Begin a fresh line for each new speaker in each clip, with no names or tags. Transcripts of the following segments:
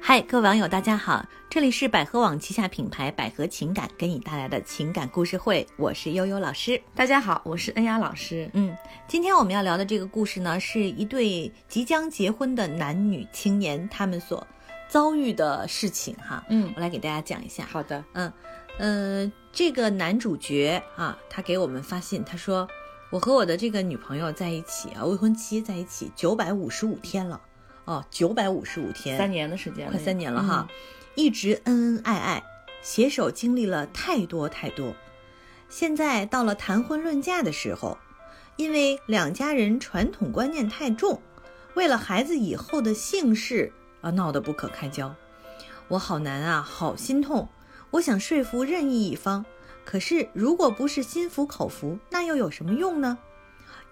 嗨，各位网友，大家好，这里是百合网旗下品牌百合情感给你带来的情感故事会，我是悠悠老师。
大家好，我是恩雅老师。
嗯，今天我们要聊的这个故事呢，是一对即将结婚的男女青年他们所遭遇的事情哈。
嗯，
我来给大家讲一下。
好的，
嗯，呃，这个男主角啊，他给我们发信，他说：“我和我的这个女朋友在一起啊，未婚妻在一起九百五十五天了，哦，九百五十五天，
三年的时间了，嗯
快三年了哈，一直恩恩爱爱，携手经历了太多太多。现在到了谈婚论嫁的时候，因为两家人传统观念太重，为了孩子以后的姓氏啊闹得不可开交。我好难啊，好心痛。我想说服任意一方，可是如果不是心服口服，那又有什么用呢？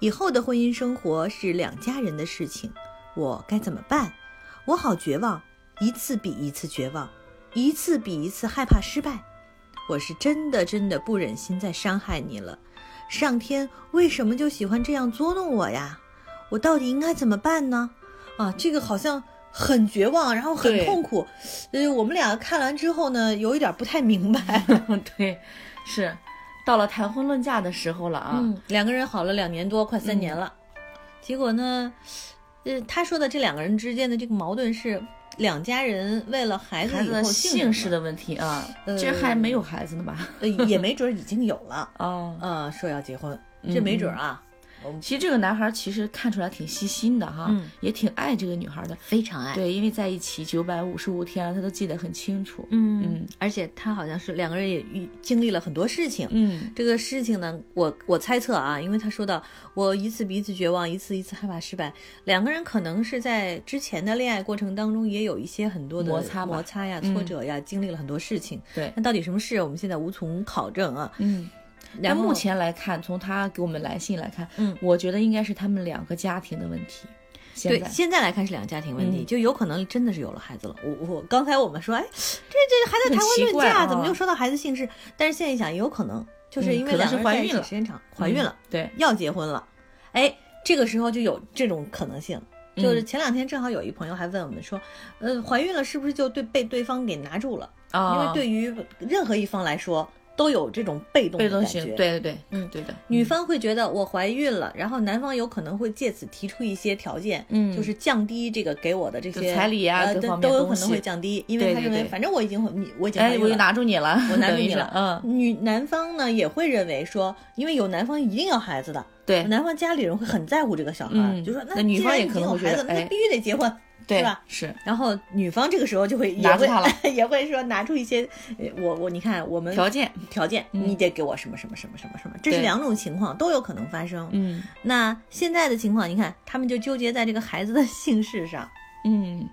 以后的婚姻生活是两家人的事情，我该怎么办？我好绝望，一次比一次绝望，一次比一次害怕失败。我是真的真的不忍心再伤害你了，上天为什么就喜欢这样捉弄我呀？我到底应该怎么办呢？啊，这个好像很绝望，然后很
对
痛苦。呃，我们俩看完之后呢，有一点不太明白。
嗯， 对，是到了谈婚论嫁的时候了啊。
嗯，两个人好了两年多，快三年了。结果呢，呃，他说的这两个人之间的这个矛盾是两家人为了孩子
孩
以
子
后
的姓氏
什
的问题啊，
呃
这还没有孩子呢吧？。
么，呃，也没准儿已经有了
哦，
呃，说要结婚，这没准儿啊，
嗯其实这个男孩其实看出来挺细心的哈，
嗯哎
也挺爱这个女孩的。
非常爱。
对，因为在一起九百五十五天了，他都记得很清楚。
嗯
嗯
而且他好像是两个人也遇经历了很多事情。
嗯，
这个事情呢，我我猜测啊，因为他说到我一次比一次绝望，一次一次害怕失败，两个人可能是在之前的恋爱过程当中也有一些很多的
摩擦吧
摩擦呀、
嗯
挫折呀，经历了很多事情。
对，
那到底什么事，我们现在无从考证啊。
嗯。但
然后
目前来看，从他给我们来信来看，
嗯
我觉得应该是他们两个家庭的问题。现
对
在
现在来看是两个家庭问题，
嗯
就有可能真的是有了孩子了。我我刚才我们说，哎，这这还在谈婚
很奇
论
怪
嫁，
啊
怎么就说到孩子姓氏？但是现在一想，也有可能就是
嗯
因为
可能
两
是
个人
怀
在一
孕
起
了
时间长，怀孕了。
嗯对，
要结婚了，哎，这个时候就有这种可能性。
嗯
就是前两天正好有一朋友还问我们说，呃，怀孕了是不是就对被对方给拿住了？因
啊，
为对于任何一方来说，都有这种被动
被
的
动
感
型，
觉。，
对对对，
嗯
对的，
女方会觉得我怀孕了，然后男方有可能会借此提出一些条件，
嗯
就是降低这个给我的这些
就彩礼啊
呃
各
都
方面
都有
东
可能会
西
降低，因为
对
他
对
认为
对
反正我已经你我已经怀
哎，
孕
我
了
又拿住你了，
我拿住
等于
你
是
了
嗯，
女男方呢也会认为说，因为有男方一定要孩子的，
对
男方家里人会很在乎这个小孩，
哎嗯
就说那
那女方
既然
也可能
已经有
会觉得
孩子了，那
哎
必须得结婚。
对
是吧？
是，
然后女方这个时候就会也
拿住
会
他了
也会说拿出一些，呃我我你看我们
条件，
条件，
嗯
你得给我什么什么什么什么什么，这是
对
两种情况都有可能发生。
嗯
那现在的情况，你看他们就纠结在这个孩子的 姓氏上，
嗯，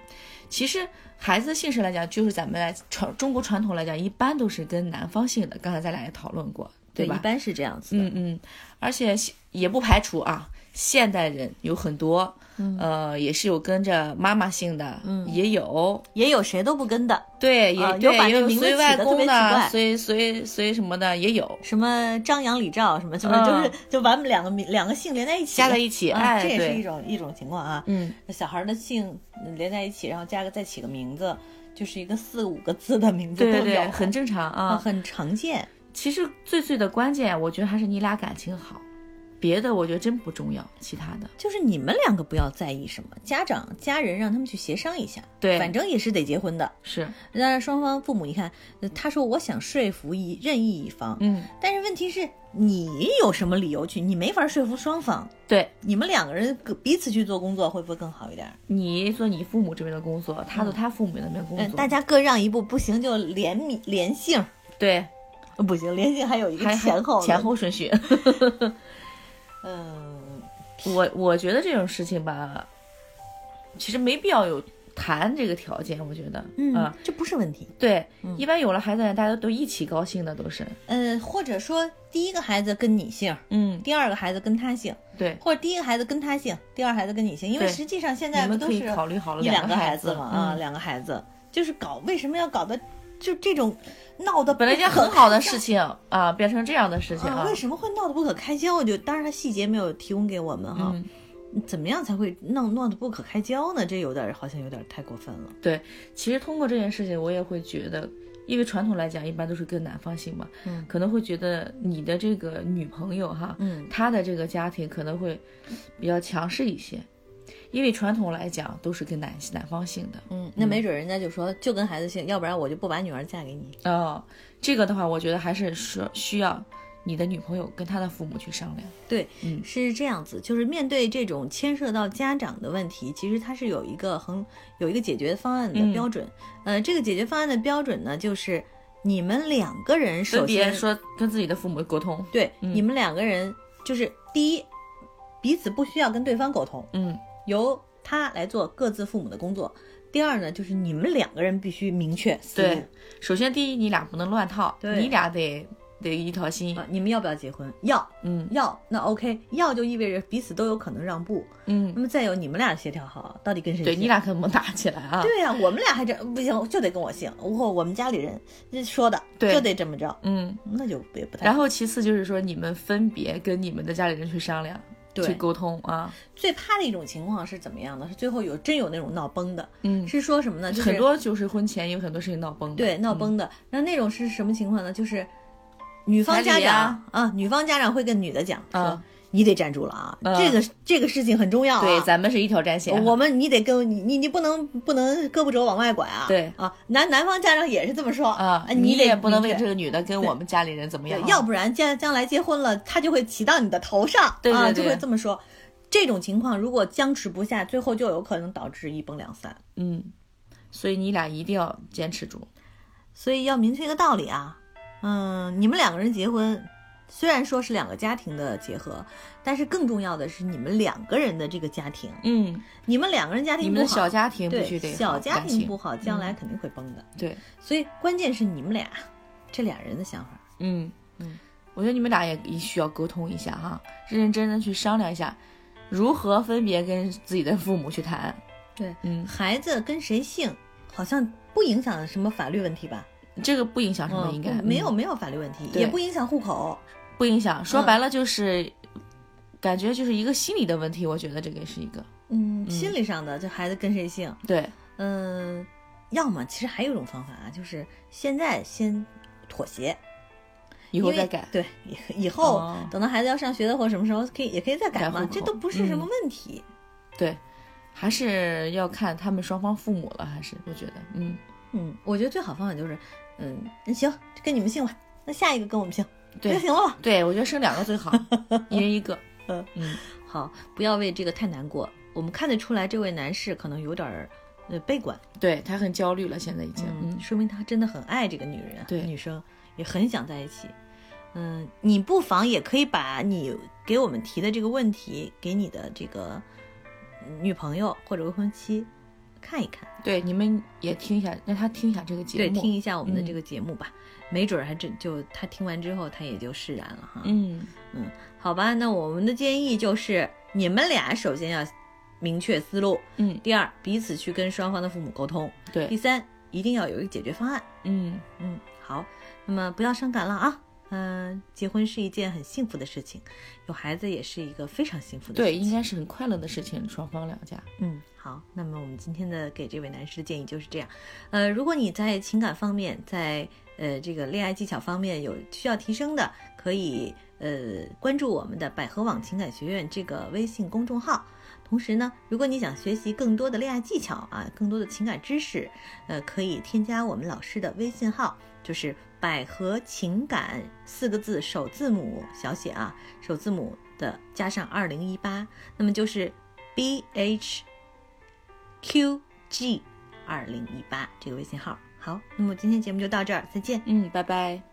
其实孩子的姓氏来讲，就是咱们来传中国传统来讲，一般都是跟男方姓的，刚才咱俩也讨论过，
对，一
吧？
般是这样子的。
嗯嗯，而且也不排除啊，现代人有很多，
嗯
呃，也是有跟着妈妈姓的，
嗯
也有，
也有谁都不跟的，
对，
啊
也
有把
对，也
这
有
名字
随
起
外
得特别
公
奇怪
的，随随随什么的也有，
什么张扬李赵什么什么，
嗯
就是就把两个名两个姓连在一起，
加在一起，
啊，
哎，
这也是
对
一种一种情况啊。
嗯，
小孩的姓连在一起，然后加个再起个名字，就是一个四五个字的名字
对
都
对
有，
对，很正常
啊
啊。
很常见。
其实最最的关键，我觉得还是你俩感情好，别的我觉得真不重要，其他的。
就是你们两个不要在意什么，家长家人让他们去协商一下，
对，
反正也是得结婚的。
是，
那双方父母一看，呃他说我想说服一任意一方，
嗯，
但是问题是你有什么理由去？你没法说服双方，
对
你们两个人各彼此去做工作会不会更好一点？
你做你父母这边的工作，他做他父母那边工
嗯，
作，
大家各让一步，不行就连米连姓，
对，
呃不行连姓还有一个
还
前后呢
前，后 顺序。
嗯，
我我觉得这种事情吧，其实没必要有谈这个条件，我觉得，
嗯，
啊
这不是问题。
对，一般有了孩子，大家都一起高兴的，都是，
呃，或者说第一个孩子跟你姓，
嗯，
第二个孩子跟他姓，
对，
或者第一个孩子跟他姓，第二孩子跟你姓，因为
对
实际上现在不
你们
都
可
是
以考虑好了
一两
个
个孩
子
子嘛啊，
嗯
两个孩子就是搞为什么要搞得就这种闹得
本来一
不
件
可
很好的事情啊，变成这样的事情
啊，
啊
为，什么会闹得不可开交？我就当然它细节没有提供给我们哈，
嗯
怎么样才会弄弄得不可开交呢？这有点儿好像有点儿太过分了。
其实通过这件事情，我也会觉得，因为传统来讲，一般都是跟男方姓嘛，
嗯
可能会觉得你的这个女朋友哈，
嗯
她的这个家庭可能会比较强势一些，因为传统来讲都是跟男男方姓的。
嗯，那没准儿人家就说就跟孩子姓，要不然我就不把女儿嫁给你。
哦，这个的话，我觉得还是说需要你的女朋友跟她的父母去商量。
对，
嗯
是这样子，就是面对这种牵涉到家长的问题，其实它是有一个很有一个解决方案的
嗯
标准。呃，这个解决方案的标准呢，就是你们两个人
分
首
别
先
说跟自己的父母沟通。
对、
嗯
你们两个人，就是第一，彼此不需要跟对方沟通，
嗯，
由他来做各自父母的工作。第二呢，就是你们两个人必须明确思路
对。首先第一，你俩不能乱套，
对
你俩得得一条心。
啊，你们要不要结婚？要
嗯
要，那 OK，要就意味着彼此都有可能让步。
嗯
那，么再有，你们俩协调好，到底跟谁
对
姓
你俩可能打起来啊。
对呀、我们俩还这不行，就得跟我姓，我我们家里人这说的，
对
就得这么着，
嗯，
那就也不太。
然后其次就是说，你们分别跟你们的家里人去商量，去
对，
沟通啊。
最怕的一种情况是怎么样呢？是最后有真有那种闹崩的，
嗯，
是说什么呢？就是
很多就是婚前有很多事情闹崩的。
对闹
嗯。
崩的，那那种是什么情况呢？就是女方
彩礼
家长
啊
女方家长会跟女的讲说，
啊
你得站住了啊，
嗯
这个这个事情很重要、啊，
对，咱们是一条战线。啊
我们你得跟你你你不能不能胳膊肘往外拐啊！
对
啊，男男方家长也是这么说
啊，
你得
也不能为
明确
这个女的跟我们家里人怎么
对
样啊。
要不然将将来结婚了，他就会骑到你的头上，
对对
啊，
对
就会这么说。这种情况如果僵持不下，最后就有可能导致一崩两散。
嗯，所以你俩一定要坚持住。
所以要明确一个道理啊，嗯，你们两个人结婚，虽然说是两个家庭的结合，但是更重要的是你们两个人的这个家庭，
嗯，
你们两个人家
你
庭不
们
好，
的小家庭必须
对
得
小家
感
庭
情嗯
不好，将来肯定会崩的。
对，
所以关键是你们俩这俩人的想法。
嗯
嗯，
我觉得你们俩也也需要沟通一下哈，认认真真去商量一下，如何分别跟自己的父母去谈。
对，
嗯，
孩子跟谁姓，好像不影响什么法律问题吧？
这个不影响什么，
嗯
应该、
不没有
嗯
没有法律问题，
对
也不影响户口。
不影响。说
嗯
白了就是，感觉就是一个心理的问题，我觉得这个是一个
嗯，心理上的这孩子跟谁姓，
对，
嗯，要么其实还有一种方法啊，就是现在先妥协，
以后
因为
再改。
对，以以后、
哦
等到孩子要上学的或什么时候，可以也可以再改
改
嘛
户，
这
口
都不是什么
嗯
问题。
对，还是要看他们双方父母了，还是我觉得，嗯，
嗯我觉得最好方法就是，嗯，那行，跟你们姓吧，那下一个跟我们姓，
对
就行了吧。
对我觉得生两个最好， 一人一个。
嗯
嗯，
好，不要为这个太难过。我们看得出来，这位男士可能有点儿呃悲观，
对他很焦虑了，现在已经，嗯，
说明他真的很爱这个女人啊，
对
女生也很想在一起。嗯，你不妨也可以把你给我们提的这个问题给你的这个女朋友或者未婚妻看一看，
对，你们也听一下，让他听一下这个节
对，
目，
听一下我们的
嗯
这个节目吧，没准儿还真就他听完之后他也就释然了哈。
嗯，
嗯，好吧，那我们的建议就是你们俩首先要明确思路，
嗯
第二，彼此去跟双方的父母沟通；第
对，
三，一定要有一个解决方案。
嗯，
嗯，好，那么不要伤感了啊。嗯、结婚是一件很幸福的事情，有孩子也是一个非常幸福的事
对，
情。
应该是很快乐的事情，双方两家，
嗯，好，那么我们今天的给这位男士的建议就是这样。呃，如果你在情感方面，在呃这个恋爱技巧方面有需要提升的，可以呃关注我们的百合网情感学院这个微信公众号。同时呢，如果你想学习更多的恋爱技巧啊，更多的情感知识，呃，可以添加我们老师的微信号，就是百合情感四个字首字母小写啊，首字母的加上二零一八，那么就是 B H Q G 二零一八这个微信号。好，那么今天节目就到这儿，再见。
嗯，拜拜。